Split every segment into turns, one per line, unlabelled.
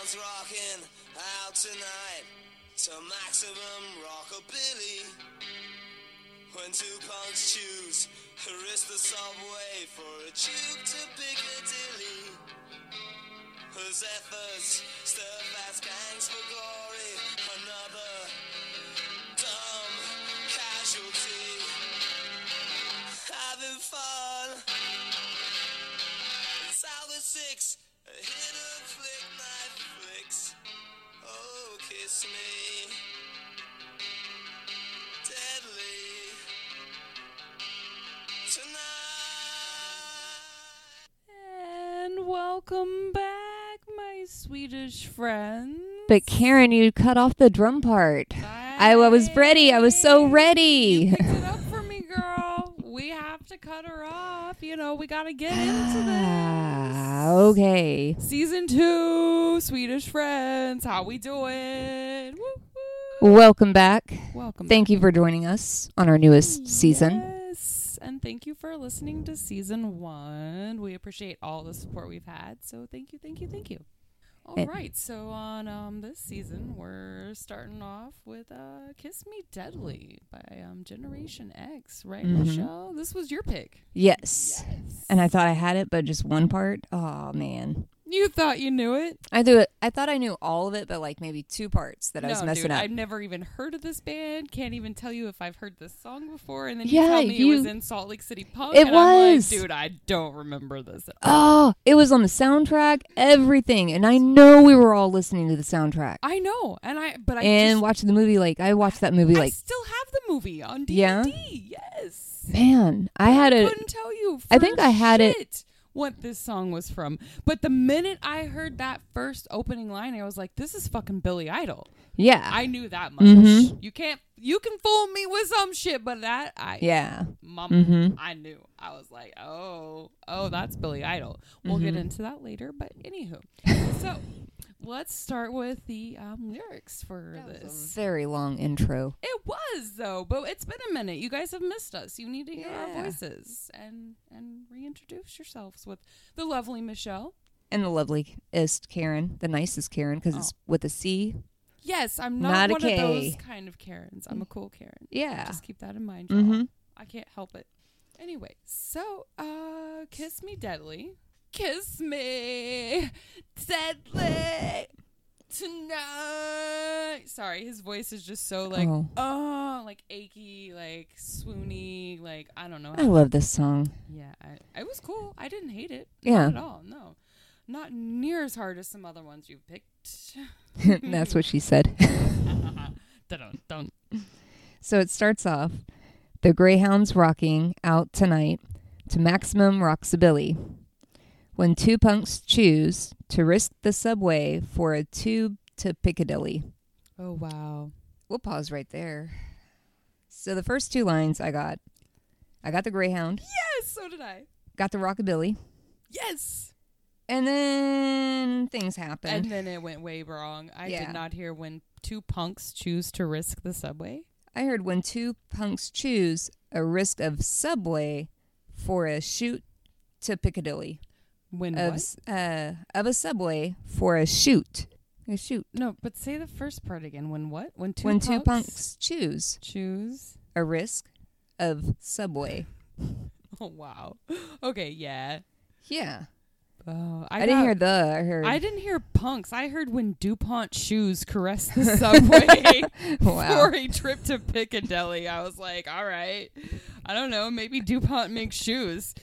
rocking out tonight to maximum rockabilly. When two punks choose, risk the subway for a tube to Piccadilly. Whose efforts stir fast gangs for glory, another dumb casualty. Having fun. It's out the six. A hit and flick, knife flicks. Oh, kiss me. Deadly. Tonight.
And welcome back, my Swedish friends.
But Karen, you cut off the drum part. I, I was ready. I was so ready.
You picked it up for me, girl. We have to cut her off. You know, we got to get into
Ah,
this.
okay.
Season two, Swedish friends. How we doing? Woo, woo.
Welcome back.
Welcome.
Thank you for joining us on our newest season.
Yes. And thank you for listening to season one. We appreciate all the support we've had. So thank you, thank you, thank you. All right.
And-
So on um, this season, we're starting off with uh, "Kiss Me Deadly" by um, Generation X, right, Michelle? This was your pick.
Yes. And I thought I had it, but just one part. Oh man.
You thought you knew it?
I do it. I thought I knew all of it, but like maybe two parts that I was
no,
messing
dude.
up.
I've never even heard of this band. Can't even tell you if I've heard this song before. And then you
Yeah,
tell me it was
you-
in Salt Lake City Punk.
It
and I'm
was.
like, dude, I don't remember this. At all.
Oh, it was on the soundtrack, everything, and I know we were all listening to the soundtrack
I know, and I but I
and
just,
watching the movie. Like I watched that movie.
I
Like
still have the movie on DVD.
Yeah?
Yes.
man, I had a
couldn't tell you.
I think
for
I had it-
shit What this song was from, but the minute I heard that first opening line, I was like, "This is fucking Billy Idol."
yeah,
I knew that much.
Mm-hmm.
You can't, you can fool me with some shit, but that I,
yeah. Mm-hmm.
mom, I knew. I was like, "Oh, oh, that's Billy Idol." We'll get
Mm-hmm.
into that later, but anywho, so let's start with the um, lyrics for this.
Very long intro.
It was though, but it's been a minute. You guys have missed us. You need to hear our
Yeah.
voices and and reintroduce yourselves with the lovely Michelle.
And the loveliest Karen, the nicest Karen, because it's with a C.
Yes, I'm not,
Not a
one of those
K.
kind of Karens. I'm a cool Karen.
Yeah.
Just keep that in mind, y'all.
Mhm.
I can't help it. Anyway, so uh kiss me deadly. Kiss me deadly tonight. Sorry, his voice is just so like
Oh.
oh, like achy, like swoony, like I don't know.
I love this song.
Yeah, I, it was cool. I didn't hate it.
Yeah.
Not at all. No. Not near as hard as some other ones you've picked.
That's what she said.
Dun, dun.
so it starts off The Greyhounds rocking out tonight to maximum rockabilly. When two punks choose to risk the subway for a tube to Piccadilly.
Oh, wow.
We'll pause right there. So the first two lines I got I got the Greyhound,
Yes, so did I.
got the rockabilly,
Yes.
and then things happened.
And then it went way wrong. I
Yeah.
did not hear when two punks choose to risk the subway.
I heard when two punks choose a risk of subway for a shoot to Piccadilly
When what?
of s- uh, of a subway for a shoot a shoot
No, but say the first part again. When what? When two
when
punks
two punks choose
choose.
a risk of subway.
Oh, wow. Okay, yeah.
Yeah,
Oh,
I,
I,
didn't
got-
hear the. I heard
I didn't hear punks. I heard when DuPont shoes caress the subway
Wow.
for a trip to Piccadilly. I was like, all right. I don't know. Maybe DuPont makes shoes.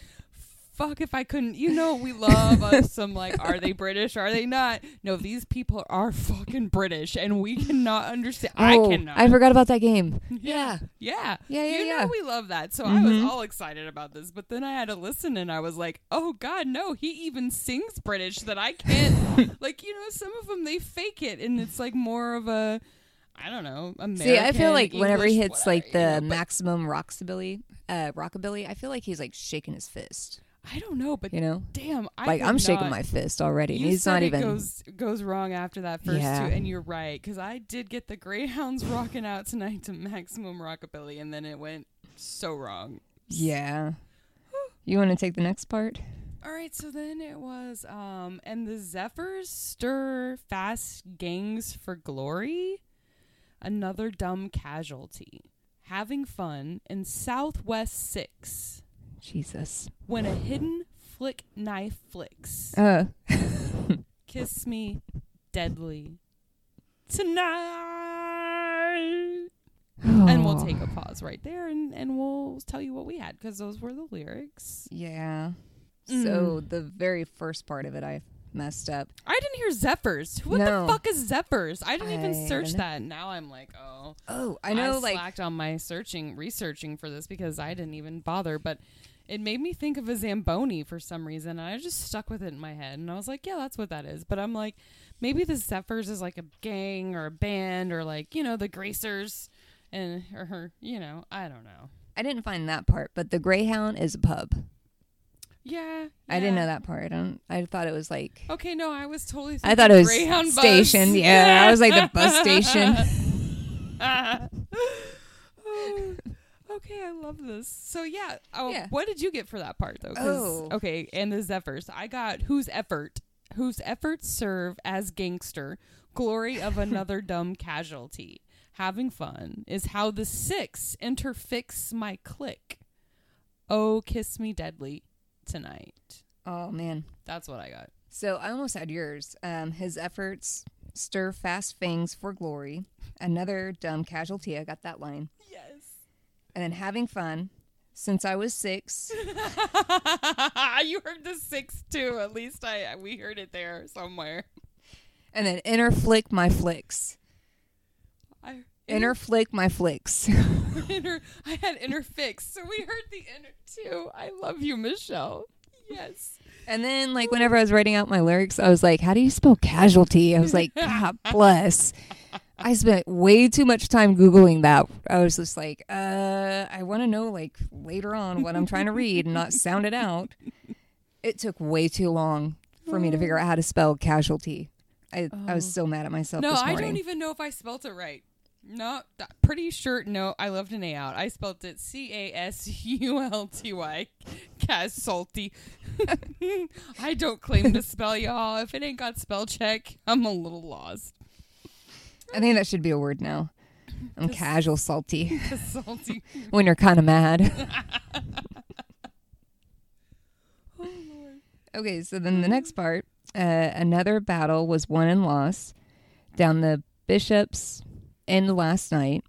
Fuck if I couldn't. You know, we love us some like, are they British? Are they not? No, these people are fucking British and we cannot understand. I
Oh,
cannot.
I forgot about that game. Yeah.
Yeah.
Yeah, yeah,
You
yeah. Mm-hmm.
know we love that. So I was all excited about this, but then I had to listen and I was like, "Oh god, no, he even sings British that I can't." like, you know, some of them they fake it and it's like more of a I don't know, American.
See, I feel like whenever he
English,
hits
whatever,
like the
you know,
maximum rockabilly, uh, rockabilly, I feel like he's like shaking his fist.
but I don't know, but
You know,
damn, I
like
did
I'm shaking
not-
my fist already. and
You
he's
said
not
it
even.
goes goes wrong after that first
Yeah.
two, and you're right because I did get the Greyhounds rocking out tonight to maximum rockabilly, and then it went so wrong.
Yeah. You want to take the next part?
All right, so then it was um and the Zephyrs stir fast gangs for glory. Another dumb casualty. Having fun in Southwest 6
Jesus.
when a hidden flick knife flicks.
Uh,
Kiss me deadly tonight. And we'll take a pause right there and, and we'll tell you what we had because those were the lyrics.
Yeah.
Mm.
So the very first part of it, I messed up.
I didn't hear Zephyrs. What
No.
the fuck is Zephyrs? I didn't
I
even search
don't know.
that. And now I'm like, oh,
Oh, I know. like,
slacked on my searching, researching for this because I didn't even bother. But it made me think of a zamboni for some reason, and I just stuck with it in my head. And I was like, yeah, that's what that is. But I'm like, maybe the Zephyrs is like a gang or a band or like you know the Gracers, and or you know I don't know.
I didn't find that part, but the Greyhound is a pub.
Yeah,
I didn't
yeah.
know that part. I, don't, I thought it was like.
Okay, no, I was totally.
I thought it was
Greyhound bus.
station. Yeah, I was like the bus station.
Oh, okay, I love this. So yeah, oh,
Yeah.
what did you get for that part though? 'Cause-
Oh.
okay, and the Zephyrs. I got whose effort, whose efforts serve as gangster glory of another dumb casualty. Having fun is how the six interfix my click. Oh, kiss me deadly tonight.
Oh man.
That's what I got.
So I almost had yours. Um, his efforts stir fast fangs for glory. Another dumb casualty. I got that line.
Yes.
And then having fun since I was six.
you heard the six too. At least I we heard it there somewhere.
And then inner flick my flicks.
I
Inner flick my flicks.
inner I had inner fix, so we heard the inner too. I love you, Michelle. Yes.
and then like whenever I was writing out my lyrics, I was like, how do you spell casualty? I was like, God bless. I spent way too much time googling that. I was just like, uh, I want to know like later on what I'm trying to read and not sound it out. It took way too long for me to figure out how to spell casualty. I, I was so mad at myself
Oh. No,
this
I
morning.
don't even know if I spelt it right. No, th- pretty sure. No, I left an A out. I spelt it C A S U L T Y, salty. I don't claim to spell y'all. If it ain't got spell check, I'm a little lost.
I think that should be a word now. I'm casual salty
salty.
when you're kind of mad.
Oh Lord.
Okay, so then the next part, uh, another battle was won and lost down the bishops end last night.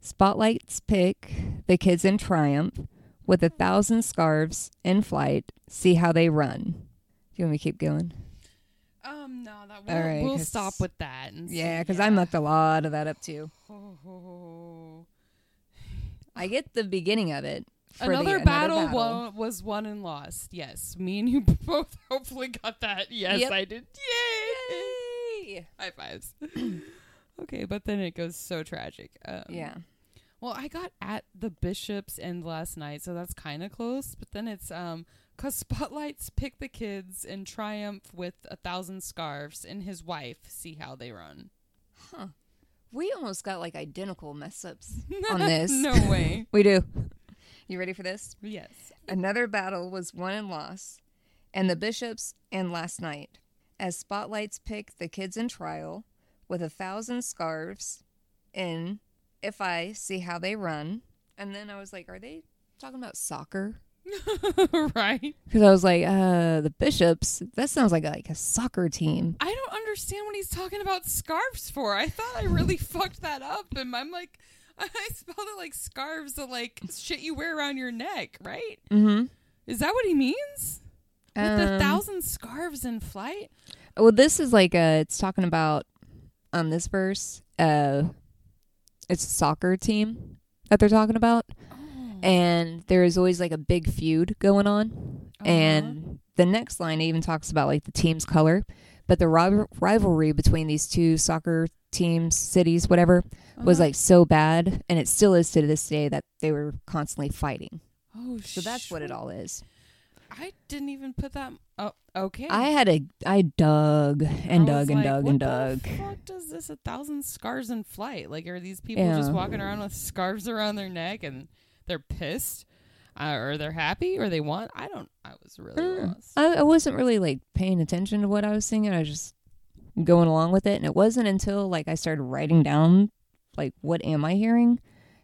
Spotlights pick the kids in triumph with a thousand scarves in flight. See how they run. Do you want me to keep going?
Um, no, that
All
we'll,
right,
we'll
'cause-
stop with that. And see-
Yeah, because I mucked a lot of that up too.
Oh.
I get the beginning of it. for the
Another, battle,
battle.
wa- was won and lost. Yes, me and you both hopefully got that. Yes,
Yep.
I did. Yay! High fives. okay, but then it goes so tragic. Um,
Yeah.
Well, I got at the bishop's end last night, so that's kind of close. But then it's um, cause spotlights pick the kids and triumph with a thousand scarves and his wife. See how they run.
We almost got like identical mess ups on this.
no way.
We do. You ready for this?
Yes.
Another battle was won and lost, and the bishops and last night, as spotlights pick the kids in trial with a thousand scarves in If I See How They Run. And then I was like, are they talking about soccer?
right.
Because I was like, uh, the bishops, that sounds like a, like a soccer team.
I don't understand what he's talking about scarves for. I thought I really fucked that up, and I'm like, I spelled it like scarves, the like shit you wear around your neck, right?
Mm-hmm.
Is that what he means? With
Um,
the thousand scarves in flight?
Well, this is like uh it's talking about on this verse, uh it's a soccer team that they're talking about. oh. And there is always like a big feud going on.
Uh-huh.
And the next line even talks about like the team's color, but the rival- rivalry between these two soccer teams, cities, whatever, was
Uh-huh.
like so bad and it still is to this day that they were constantly fighting.
Oh,
So that's what it all is.
I didn't even put that. Oh, okay.
I had a I dug and
I was
dug and
like,
dug
what
and
the
dug.
fuck does this a thousand scarves in flight? Like, are these people just
Yeah.
walking around with scarves around their neck and they're pissed? uh, or they're happy or they want. I don't. I was really
Mm.
lost.
I, I wasn't really like paying attention to what I was singing. I was just going along with it, and it wasn't until like I started writing down like what am I hearing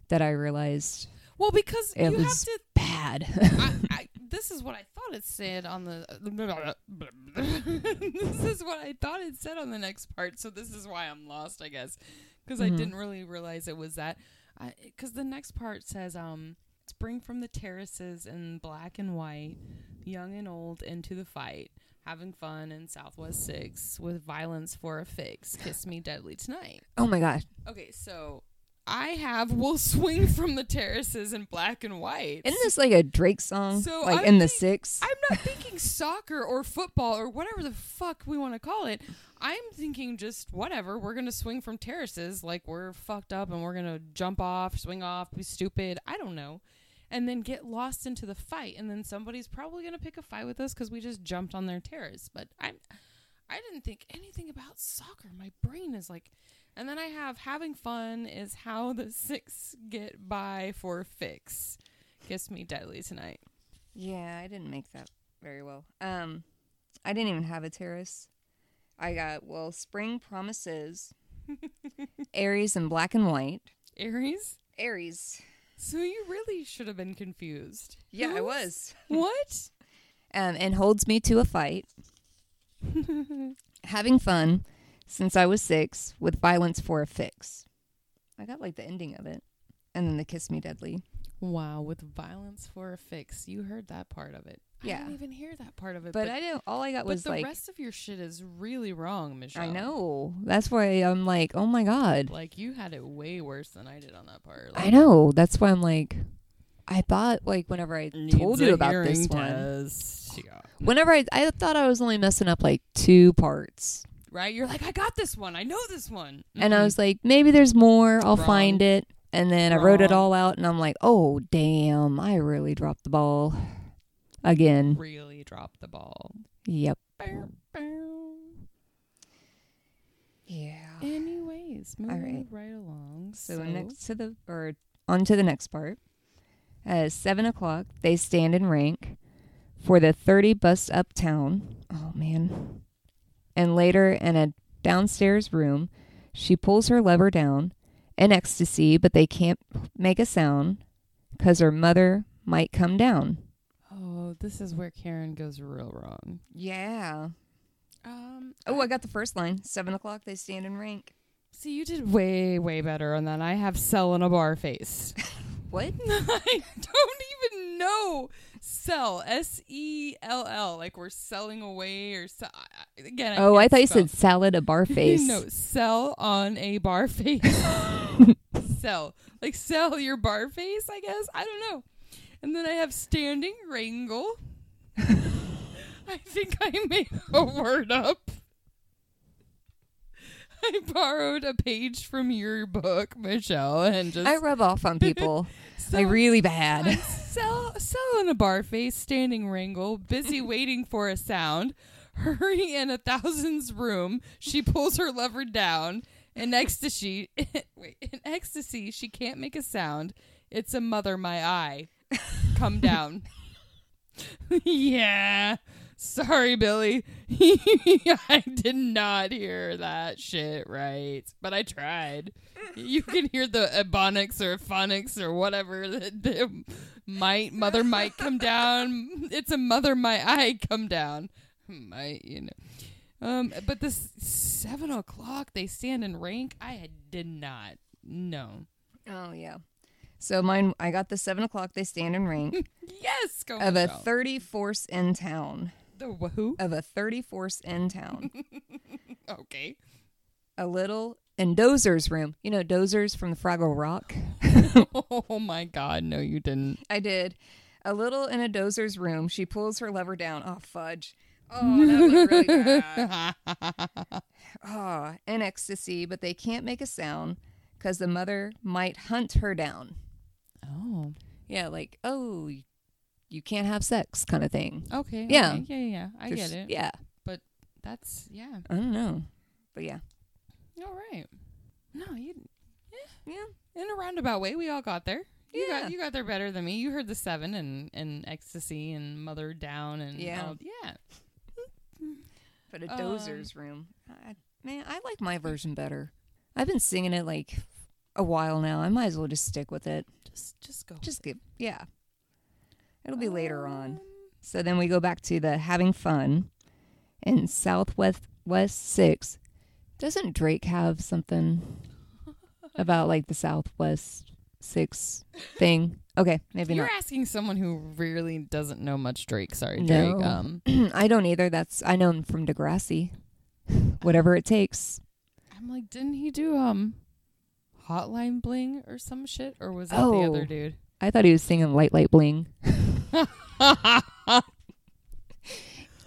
that I realized
Well, because
It
you
was-
have to.
bad.
I, I, this is what I thought it said on the. this is what I thought it said on the next part. So this is why I'm lost, I guess, because I
Mhm.
didn't really realize it was that. Because the next part says, um, "Spring from the terraces in black and white, young and old into the fight, having fun in Southwest Six with violence for a fix. Kiss me deadly tonight."
oh my gosh,
Okay, so I have "We'll swing from the terraces in black and white."
isn't this like a Drake song?
So
like
I
in the
think-
six?
I'm not thinking soccer or football or whatever the fuck we want to call it. I'm thinking just whatever. We're going to swing from terraces like we're fucked up and we're going to jump off, swing off, be stupid. I don't know. And then get lost into the fight. And then somebody's probably going to pick a fight with us because we just jumped on their terrace. But I'm. I didn't think anything about soccer. My brain is like, and then I have having fun is how the six get by for fix. Kiss me deadly tonight.
yeah, I didn't make that very well. Um, I didn't even have a terrace. I got well, spring promises, Aries in black and white,
Aries.
Aries.
So you really should have been confused.
Yeah, I
Who-
was.
What?
um, and holds me to a fight. Having fun since I was six with violence for a fix. I got like the ending of it. And then the kiss me deadly.
Wow, with violence for a fix. You heard that part of it. I
Yeah.
didn't even hear that part of it.
But, I don't, all I got
but
was
the
like,
rest of your shit is really wrong, Michelle.
I know. That's why I'm like, oh my God.
Like you had it way worse than I did on that part.
I know. That's why I'm like, I thought like whenever I told you about this one,
Test. Yeah.
whenever I, I thought I was only messing up like two parts.
Right? You're like, I got this one. I know this one.
And uh, I
Mhm.
was like, maybe there's more. I'll
Wrong.
find it. And then I wrote it
Wrong.
all out, and I'm like, oh, damn, I really dropped the ball again.
Mm-hmm. really dropped the ball.
Yep.
Bow, bow.
Yeah.
Anyways,
right.
moving right along.
So, next to the, or on to the next part. At 7 o'clock, they stand in rank for the 30 bus uptown. Oh, man. And later, in a downstairs room, she pulls her lever down in ecstasy, but they can't make a sound because her mother might come down.
Oh, this is where Karen goes real wrong.
Yeah.
Um,
Oh, I got the first line. Seven o'clock, they stand in rank.
see, you did way, way better on that. I have sell in a bar face.
What?
I don't even know sell S E L L like we're selling away or sell. Again, I
Oh, I
can't
thought you
spell.
said salad a bar face.
no, sell on a bar face. sell. Like sell your bar face, I guess. I don't know. And then I have standing wrangle. I think I made a word up. I borrowed a page from your book, Michelle, and just
I rub off on people.
so
like really
I'm
bad.
sell sell in a bar face, standing wrangle, busy waiting for a sound. Hurry in a thousand's room. She pulls her lover down. In ecstasy, wait, in ecstasy, she can't make a sound. It's a mother, my eye. Come down. yeah. Sorry, Billy. I did not hear that shit right, but I tried. You can hear the ebonics or phonics or whatever that the might mother might come down. It's a mother might I come down. Might you know. Um, but this seven o'clock they stand in rank. I did not. No.
Oh yeah. So mine, I got the seven o'clock. They stand in rank
Yes, go
of a
Michelle.
thirty force in town.
the who?
Of a thirty force in town. Uh,
Okay.
a little in Dozer's room. You know Dozer's from the Fraggle Rock.
Oh my God! No, you didn't.
I did. A little in a Dozer's room. She pulls her lever down. Oh fudge. Oh, that was really bad. ah, in ecstasy, but they can't make a sound because the mother might hunt her down.
oh.
Yeah, like, oh, y- you can't have sex kind of thing.
Okay.
Yeah.
okay, Yeah. Yeah. yeah. I
Just-
get it.
Yeah.
That's yeah.
I don't know. But yeah.
All right. No, you
Yeah.
in a roundabout way we all got there. You
Yeah.
got you got there better than me. You heard the seven and and ecstasy and mother down and
Yeah.
all- yeah.
But a
Um,
dozer's room. I, man, I like my version better. I've been singing it like a while now. I might as well just stick with it.
Just just Um, go.
Just give, yeah. It'll be later on. So then we go back to the having fun in Southwest West Six. Doesn't Drake have something about like the Southwest Six thing? Okay, maybe
You're
not.
asking someone who really doesn't know much Drake. Sorry, Drake.
No.
Um,
I don't either. That's I know him from Degrassi. Whatever it takes.
I'm like, didn't he do um, Hotline Bling or some shit, or was that the
Oh.
other dude?
I thought he was singing Light Light Bling.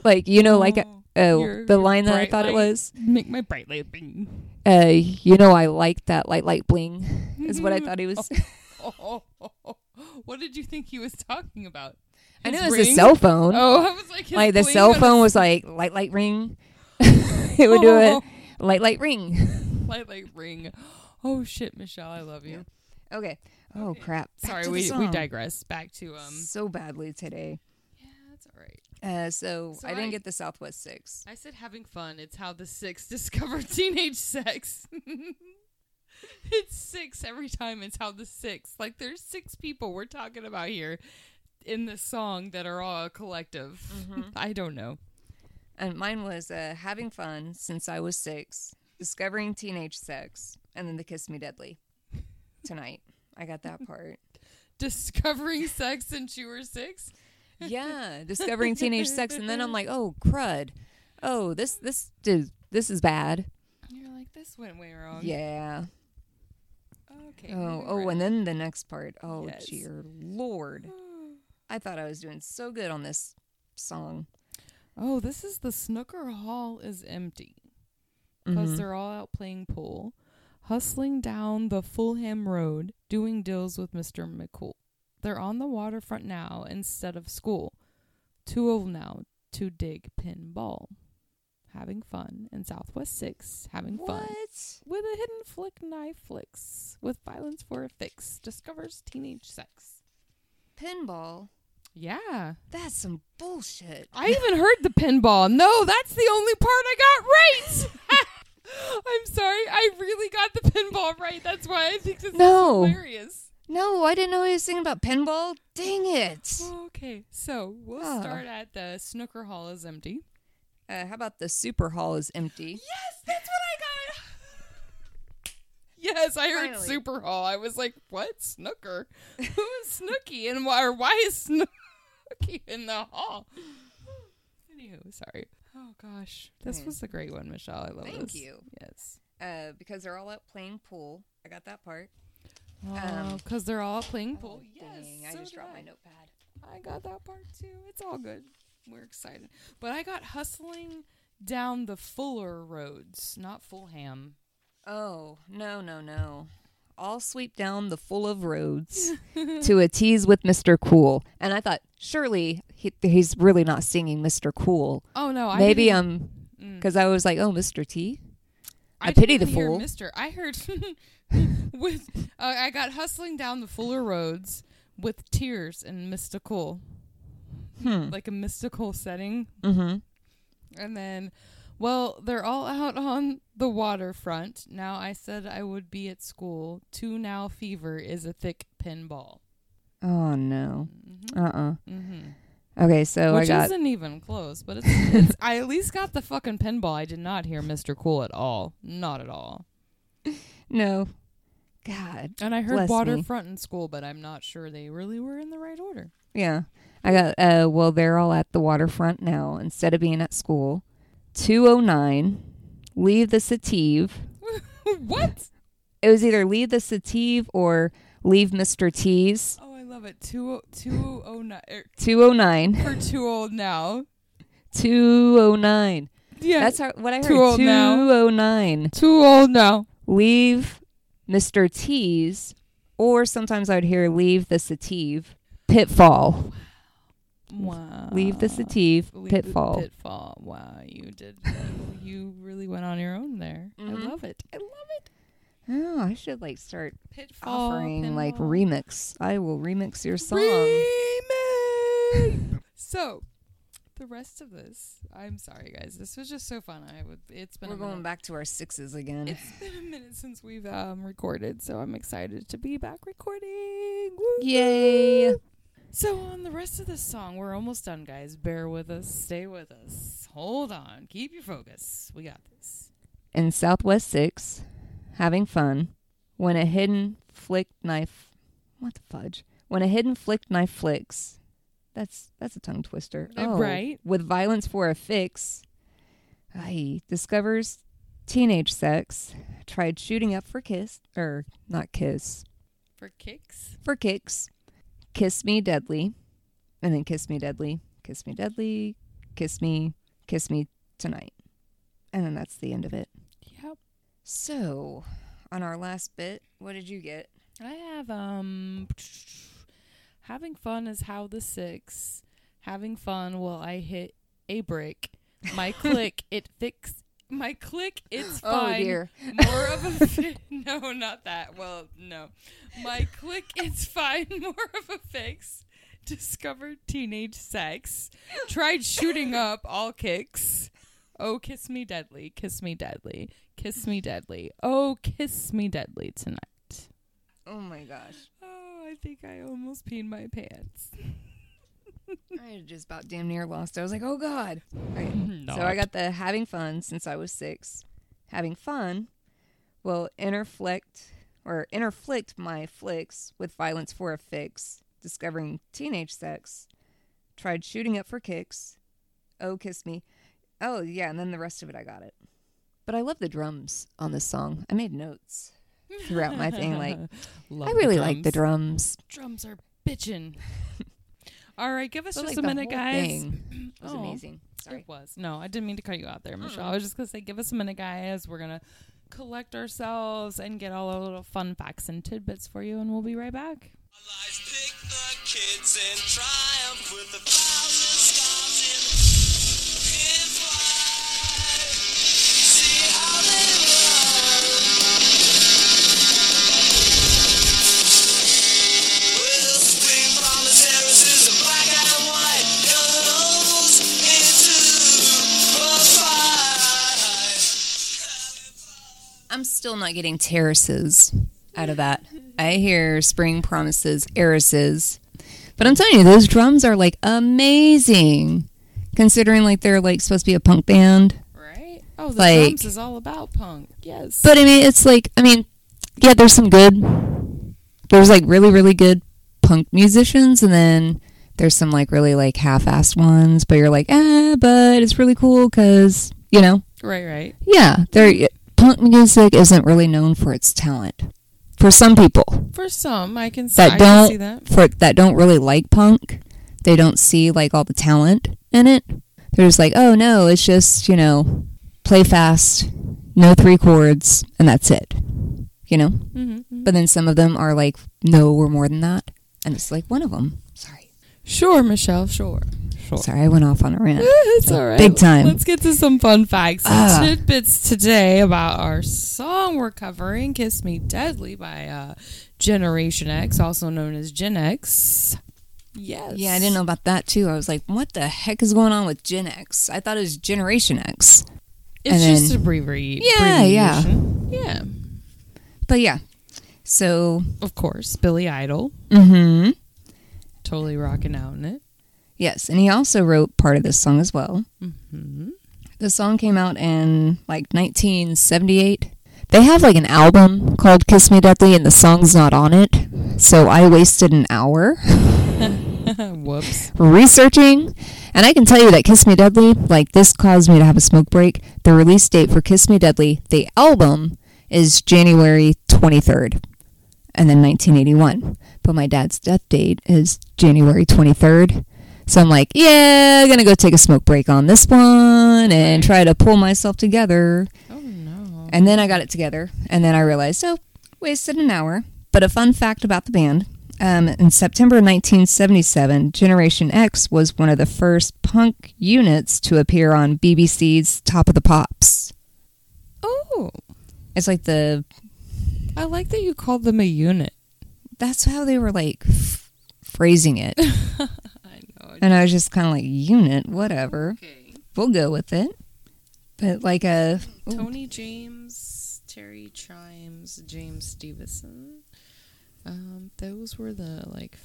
Like you know, like
Oh,
oh,
your-
the
your
line that I
bright
thought it
light.
was.
Make my bright light bling.
Uh, you know, I like that light light bling is what I thought he was.
Oh, what did you think he was talking about?
I know
His
it was his
ring?
cell phone.
Oh, I was like, his
like the
bling
cell
on
phone was like light light ring. it would do
Oh.
it light light ring.
his Light light ring. Oh shit, Michelle, I love you.
Okay. Oh crap. Back
Sorry,
to the
we we
song.
digress. Back to um.
so badly today.
Yeah, that's all right.
Uh, so,
So
I didn't
I-
get the Southwest Six.
I said having fun. It's how the six discover teenage sex. it's six every time. It's how the six. Like there's six people we're talking about here in this song that are all a collective.
Mm-hmm.
I don't know.
And mine was uh, having fun since I was six, discovering teenage sex, and then the kiss me deadly. Tonight, I got that part.
Discovering sex since you were six.
yeah, discovering teenage sex, and then I'm like, oh crud, oh this this is this is bad.
And You're like this went way wrong.
Yeah.
Okay.
Oh
moving
oh,
right.
and then the next part. Oh
Yes.
dear lord, I thought I was doing so good on this song.
Oh, this is the snooker hall is empty because
Mm-hmm.
they're all out playing pool, hustling down the Fulham Road, doing deals with Mister McCool. They're on the waterfront now instead of school. Too old now to dig pinball, having fun in Southwest Six, having fun
What?
with a hidden flick knife flicks with violence for a fix discovers teenage sex.
Pinball?
Yeah,
That's some bullshit.
I even heard the pinball. No, that's the only part I got right. I'm sorry, I really got the pinball right. That's why I think this
No.
is hilarious.
No, I didn't know he was singing about pinball. Dang it.
Okay, so we'll
Ah.
start at the snooker hall is empty.
Uh, how about the super hall is empty?
Yes, that's what I got. yes, I heard
Finally.
super hall. I was like, what snooker? Who is Snooky and why? Or why is Snooky in the hall? Anywho, sorry. Oh gosh, this
Mm.
was a great one, Michelle. I love
Thank
this.
you.
Yes.
Uh, because they're all out playing pool. I got that part. Um, Oh,
because Oh, they're all playing pool. Oh, yes,
Dang, I
so
just
did
dropped
I.
my notepad.
I got that part too. It's all good. We're excited, but I got hustling down the Fuller roads, not Fulham.
Oh, no, no, no. I'll sweep down the full of roads to a tease with Mr. Cool. And I thought, surely he, he's really not singing Mr. Cool.
Oh no, I
Maybe
didn't-
I'm,
Mm.
because I was like, oh, Mr. T?
I
I pity
didn't
the
hear
fool.
Mister, I heard with uh, I got hustling down the Fuller roads with tears and mystical, like a mystical setting.
Hmm. Mm-hmm.
And then, well, they're all out on the waterfront. Now I said I would be at school. Two now fever is a thick pinball.
Oh, no.
Mm-hmm.
Uh-uh.
Mm-hmm.
Okay, so
Which
Oh, I got,
isn't even close, but it's, it's I at least got the fucking pinball. I did not hear Mr. Cool at all. Not at all.
no. God.
And I heard
Bless me.
waterfront in school, but I'm not sure they really were in the right order.
Yeah. I got, uh, well, they're all at the waterfront now instead of being at school. 209, leave the sative.
what?
It was either leave the sative or leave Mr. T's.
Oh, I love it. Two two oh nine er,
209.
for too old now.
209.
Yeah,
That's how, what I heard.
Too old now.
209.
too old now.
Leave Mr. T's. Or sometimes I would hear leave the sative. Pitfall.
Wow.
Leave the sative.
Ah. Leave the
Pitfall.
Pitfall. Wow, you did. you really went on your own there.
Mhm.
I love it. I love it.
Oh, Oh, I should like start
Pitfall,
offering like
pinball.
remix. I will remix your song.
Remake. so, the rest of this, I'm sorry, guys. This was just so fun. I would. It's been.
We're
a minute.
going back to our sixes again.
It's been a minute since we've um, recorded, so I'm excited to be back recording. Woo.
Yay!
So on the rest of the song, we're almost done, guys. Bear with us. Stay with us. Hold on. Keep your focus. We got this.
In Southwest Six, having fun, when a hidden flick knife, what the fudge? When a hidden flick knife flicks, that's that's a tongue twister.
Uh,
Oh,
right.
With violence for a fix, I discovers teenage sex. Tried shooting up for kiss or not kiss
For kicks.
for kicks. Kiss me deadly, and then kiss me deadly, kiss me deadly, kiss me, kiss me tonight, and then that's the end of it.
Yep.
So, on our last bit, what did you get?
I have um having fun is how the six. Having fun while I hit a brick. My click, it fix my click, it's
Oh,
fine. More of a fi- no, not that. Well, no. My click it's fine. More of a fix. Discovered teenage sex. Tried shooting up all kicks. Oh, kiss me deadly, kiss me deadly, kiss me deadly. Oh, kiss me deadly tonight.
Oh my gosh.
Oh, I think I almost peed my pants.
I just about damn near lost. I was like, oh God. Right.
Not.
So I got the having fun since I was six. Having fun will interflict or interflict my flicks with violence for a fix. Discovering teenage sex. Tried shooting up for kicks. Oh, kiss me. Oh, yeah. And then the rest of it, I got it. But I love the drums on this song. I made notes throughout my thing. Like,
Love
I
the
really like the
drums.
drums.
Drums are bitching. All right, give us
But,
just
like,
a
the
minute,
whole
guys.
thing was
Oh.
amazing. Sorry.
It was. No, I didn't mean to cut you out there, Michelle. I was just going to say, give us a minute, guys. We're going to collect ourselves and get all our little fun facts and tidbits for you, and we'll be right back.
Our lives pick the kids and triumph with a thousand stars in his life. See how they run. We'll scream from his terraces of black and white. Goes into a fight.
I'm still not getting terraces out of that. I hear spring promises, heiresses. But I'm telling you, those drums are like amazing. Considering like they're like supposed to be a punk band.
Right? Oh, the
Like-
drums is all about punk. Yes.
But I mean it's like I mean, yeah, there's some good there's like really, really good punk musicians and then there's some like really like half-assed ones, but you're like, ah, but it's really cool because you know
right, right.
Yeah, there. Punk music isn't really known for its talent. For some people
For some, I can, s-
that
I can see
don't
that.
for that don't really like punk, they don't see like all the talent in it. They're just like, oh no, it's just you know, play fast, no three chords, and that's it. You know.
Mm-hmm.
But then some of them are like, no, we're more than that, and it's like one of them. Sorry,
Sure, Michelle, sure. Sure.
sorry, I went off on a rant.
it's
Like,
all right.
big time.
Let's get to some fun facts and
Ah.
tidbits today about our song we're covering, "Kiss Me Deadly" by uh, Generation X, also known as Gen X. Yes.
Yeah, I didn't know about that too. I was like, what the heck is going on with Gen X? I thought it was Generation X.
It's
and
just
then-
a abbrevi-
Yeah, yeah.
abbreviation. yeah.
But yeah. So,
Of course, Billy Idol,
mm-hmm.
totally rocking out in it.
yes. And he also wrote part of this song as well.
hmm
The song came out in like 1978. They have like an album called Kiss Me Deadly, and the song's not on it. So I wasted an hour
Whoops.
researching. And I can tell you that Kiss Me Deadly, like this caused me to have a smoke break. The release date for Kiss Me Deadly, the album, is January 23rd and then 1981. But my dad's death date is January 23rd. So I'm like, yeah, gonna go take a smoke break on this one and try to pull myself together.
Oh no.
And then I got it together, and then I realized, oh, wasted an hour. But a fun fact about the band um, in September 1977, Generation X was one of the first punk units to appear on BBC's Top of the Pops.
Oh,
It's like the
I like that you called them a unit.
That's how they were like f- phrasing it.
I know.
And I was just kind of like, unit, whatever.
Okay.
We'll go with it. But like a. ooh,
Tony James, Terry Chimes, James Stevenson. Um, those were the like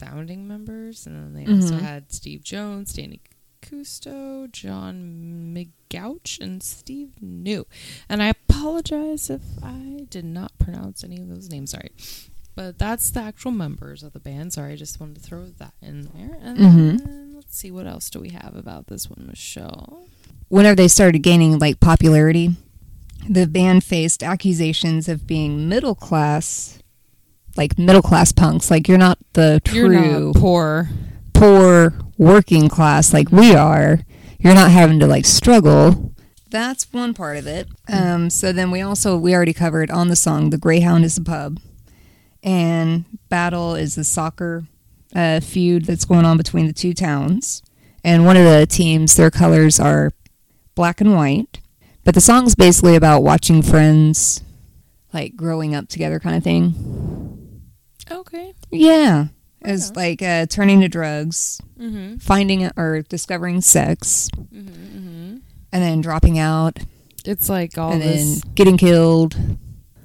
founding members, and then they also
Mhm.
had Steve Jones, Danny Custo, John McGouch, and Steve New. And I apologize if I did not pronounce any of those names. Sorry. But that's the actual members of the band. Sorry, I just wanted to throw that in there. And
Mhm.
then, let's see what else do we have about this one, Michelle.
whenever they started gaining like popularity, the band faced accusations of being middle class, like middle class punks. Like you're not the
You're
true
not poor.
poor working class like we are. You're not having to like struggle. That's one part of it. Um, so then we also we already covered on the song "The Greyhound is the pub," and "Battle" is the soccer uh, feud that's going on between the two towns. And one of the teams, their colors are black and white. But the song's basically about watching friends, like growing up together, kind of thing.
Okay.
Yeah, it's
on.
like uh, turning to drugs,
Mm-hmm.
finding or discovering sex
Mm-hmm, mm-hmm.
and then dropping out
It's like all
and
this.
then getting killed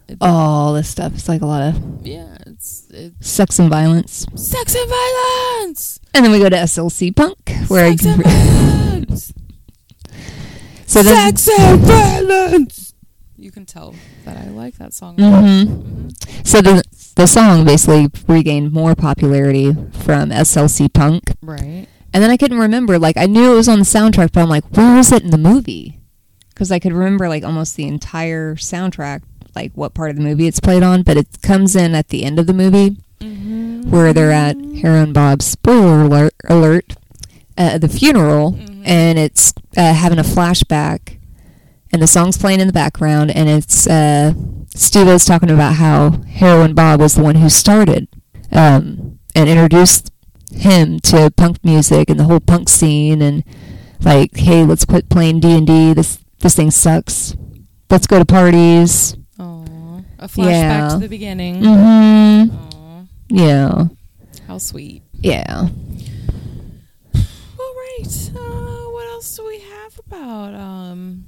It-
all this stuff it's like a lot of
yeah, it's, it's
sex and violence
sex and violence.
and then we go to slc punk where
sex
I,
and violence.
so this
sex and violence. You can tell that I like that song. a lot.
hmm
Mhm.
so the, the song basically regained more popularity from slc punk
Right.
and then i couldn't remember like i knew it was on the soundtrack but i'm like where was it in the movie because i could remember like almost the entire soundtrack like what part of the movie it's played on but it comes in at the end of the movie
Mm-hmm.
where they're at Hera and Bob's spoiler alert, alert uh, the funeral,
Mhm.
and it's uh, having a flashback, and the song's playing in the background, and it's uh, Steve is talking about how Hera and Bob was the one who started um, and introduced him to punk music and the whole punk scene, and like, hey, let's quit playing D and D. This this thing sucks. Let's go to parties.
Aw. A flashback
Yeah.
to the beginning.
Mm-hmm.
Aw.
Yeah,
How sweet.
yeah.
All right. Uh, what else do we have about um,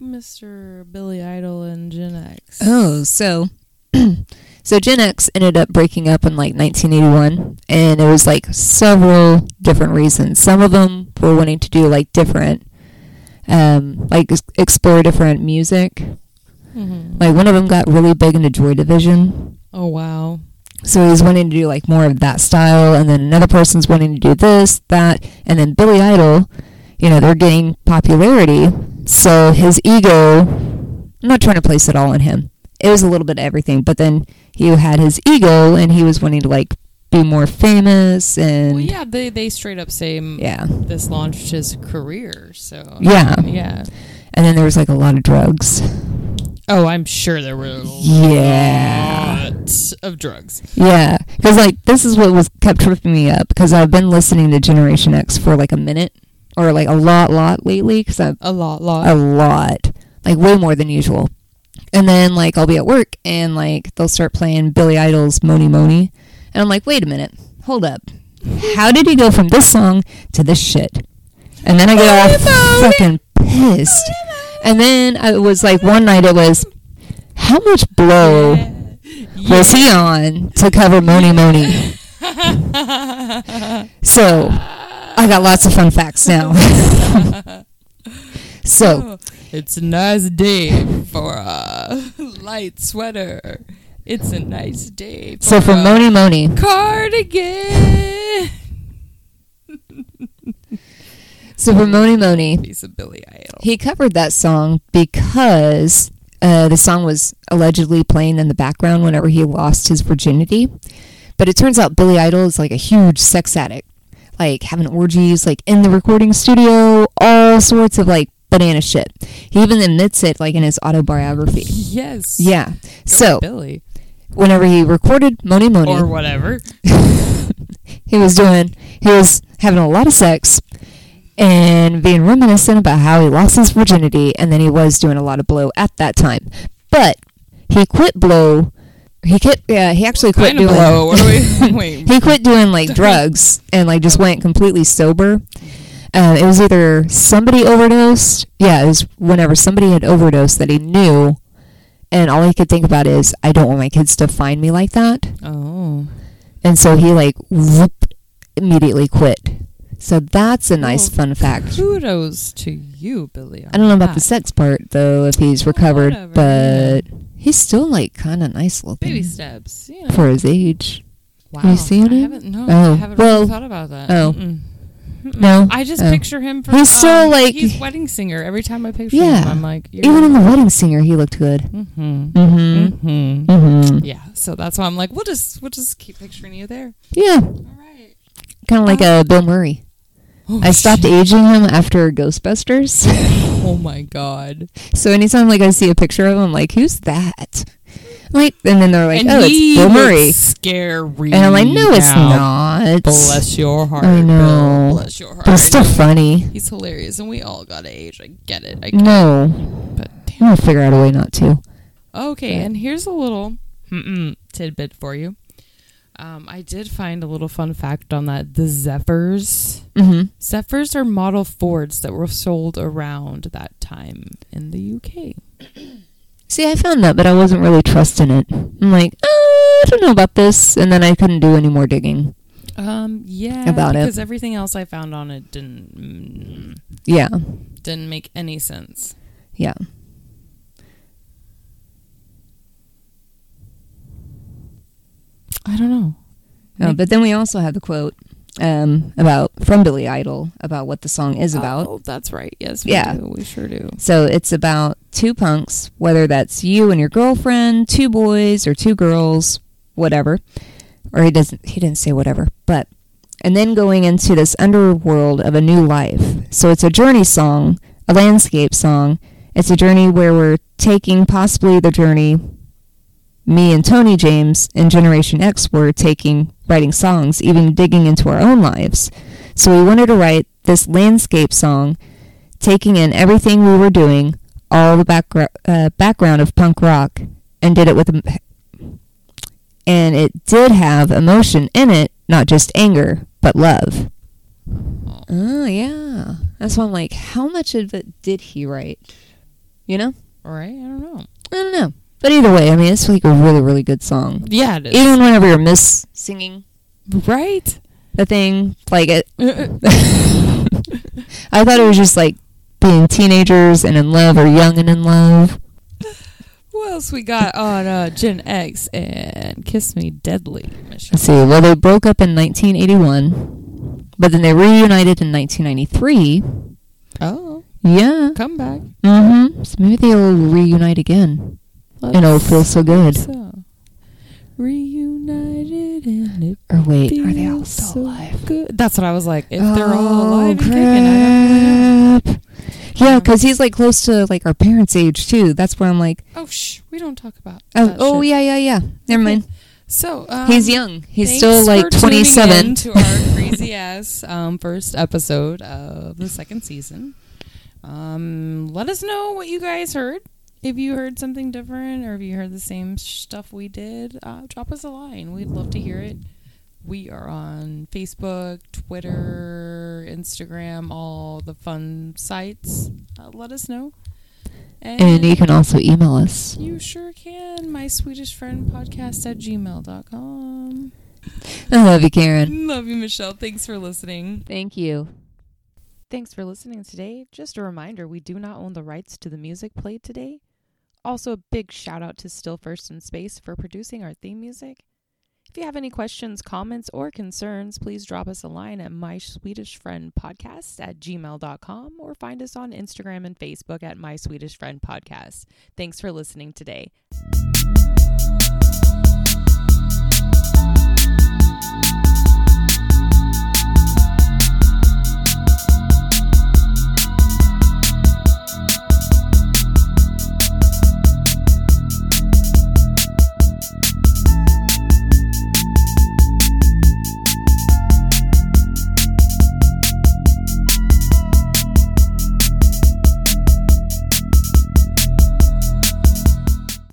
Mr. Billy Idol and Gen X?
Oh, so so Gen X ended up breaking up in like 1981, and it was like several different reasons. Some of them were wanting to do like different, um, like ex- explore different music.
Mhm.
Like one of them got really big into Joy Division,
oh wow.
so he was wanting to do like more of that style, and then another person's wanting to do this, that, and then Billy Idol, you know, they're gaining popularity. So his ego, I'm not trying to place it all on him. It was a little bit of everything, but then he had his ego, and he was wanting to like be more famous, and
Well, yeah, they they straight up say m-
yeah,
this launched his career. So
Yeah.
yeah.
and then there was like a lot of drugs.
Oh, I'm sure there were
Yeah.
lots of drugs.
Yeah, because like this is what was kept tripping me up because I've been listening to Generation X for like a minute or like a lot, lot lately because I've
A lot, lot.
a lot, like way more than usual. And then like I'll be at work and like they'll start playing Billy Idol's Money Money, and I'm like, wait a minute, hold up, how did he go from this song to this shit? And then I get all fucking pissed. And then I was like, one night it was, how much blow was he on to cover Money Money? so I got lots of fun facts now. so.
It's a nice day for a light sweater. It's a nice day. For
So for
a
Moni Moni,
cardigan.
so for Moni Moni,
Piece of Billy Idol.
he covered that song because uh, the song was allegedly playing in the background whenever he lost his virginity. But it turns out Billy Idol is like a huge sex addict, like having orgies, like in the recording studio, all sorts of like banana shit. He even admits it, like in his autobiography.
Yes.
Yeah.
Go
So
Billy
whenever he recorded Moni Moni,
or whatever.
he was doing he was having a lot of sex and being reminiscent about how he lost his virginity and then he was doing a lot of blow at that time but he he quit blow. He quit. Yeah, he actually quit
Kind of
doing.
blow. What are we? Wait.
He quit doing like drugs and like just went completely sober. Uh, it was either somebody overdosed. Yeah, it was whenever somebody had overdosed that he knew, and all he could think about is, I don't want my kids to find me like that.
Oh.
And so he like whoop, immediately quit. So that's a nice
Oh,
fun fact.
Kudos to you, Billy.
I don't know about the sex part though, if he's recovered,
whatever,
but he's still like kind of nice looking
baby steps. You know.
for his age.
wow.
you seen
I
him?
haven't. No,
Oh,
I haven't
well,
really thought about that.
oh.
Mm-mm. Mm-mm.
No?
I just
Oh.
picture him from.
He's so,
um,
like-
he's wedding singer. Every time I picture
Yeah.
him, I'm like, you're,
Even in the wedding singer, he looked good.
Mm-hmm.
Mm-hmm.
Mm-hmm.
Mm-hmm.
Yeah. So that's why I'm like, we'll just we'll just keep picturing you there.
Yeah,
All right.
kind of like uh, Bill Murray.
Oh,
I stopped
shit.
aging him after Ghostbusters.
Oh my god.
so anytime like I see a picture of him, I'm like, who's that? Like, and then they're like,
and
oh,
he
it's Bill Murray.
looks Scary.
And I'm like, no, it's
now.
not.
Bless your heart.
I know.
Bill. Bless your heart.
But it's still funny.
He's hilarious, and we all gotta age. I get it. I get
No,
it. But
I'm gonna figure out a way not to.
Okay,
Right.
and here's a little mm-mm, tidbit for you. Um, I did find a little fun fact on that. The Zephyrs.
Mm-hmm.
Zephyrs are model Fords that were sold around that time in the UK.
See, I found that, but I wasn't really trusting it. I'm like, oh, I don't know about this, and then I couldn't do any more digging.
Um, yeah,
About it.
because everything else I found on it didn't mm,
Yeah,
didn't make any sense.
yeah.
I don't know.
Uh, but then we also had the quote um, about from Billy Idol about what the song is about.
Oh, that's right. Yes, we
Yeah.
do. we sure do.
So it's about two punks, whether that's you and your girlfriend, two boys or two girls, whatever. Or he doesn't he didn't say whatever, but and then going into this underworld of a new life. So it's a journey song, a landscape song. It's a journey where we're taking possibly the journey me and Tony James and Generation X were taking writing songs, even digging into our own lives. So we wanted to write this landscape song taking in everything we were doing, all the backgr- uh, background of punk rock, and did it with, em- and it did have emotion in it, not just anger, but love. Oh yeah, that's why I'm like, how much of it did he write? You know,
All right. I don't know.
I don't know. But either way, I mean, it's like a really, really good song.
Yeah, it is.
Even whenever you're miss singing
right.
the thing, like it, I thought it was just like being teenagers and in love or young and in love.
What else we got on uh, Gen X and Kiss Me Deadly? Michelle?
Let's see. Well, they broke up in 1981, but then they reunited in 1993.
Oh,
Yeah.
come back.
Mm-hmm. So maybe they'll reunite again, and it'll feel so good.
So. Reunited and it
Or wait,
feels
are they all still
so
alive?
Good. That's what I was like. If they're all
Oh,
alive, and kicking, I don't know.
crap. Yeah, because he's like close to like our parents' age too. That's where I'm like,
Oh shh, we don't talk about.
oh,
that
oh
shit.
yeah, yeah, yeah. Never mind.
So um,
he's young. He's
Thanks
still
for
like
tuning
27.
in To our crazy ass um, first episode of the second season. Um, let us know what you guys heard. If you heard something different, or if you heard the same stuff we did, uh, drop us a line. We'd love to hear it. We are on Facebook, Twitter, Instagram, all the fun sites. Uh, let us know.
and you can also email us.
you sure can. My Swedish friend podcast at gmail.com.
I love you, Karen.
Love you, Michelle. Thanks for listening.
Thank you.
Thanks for listening today. Just a reminder we do not own the rights to the music played today. Also, a big shout out to Still First in Space for producing our theme music. If you have any questions, comments, or concerns, please drop us a line at my Swedish friend podcast at gmail.com or find us on Instagram and Facebook at my Swedish friend podcast. Thanks for listening today.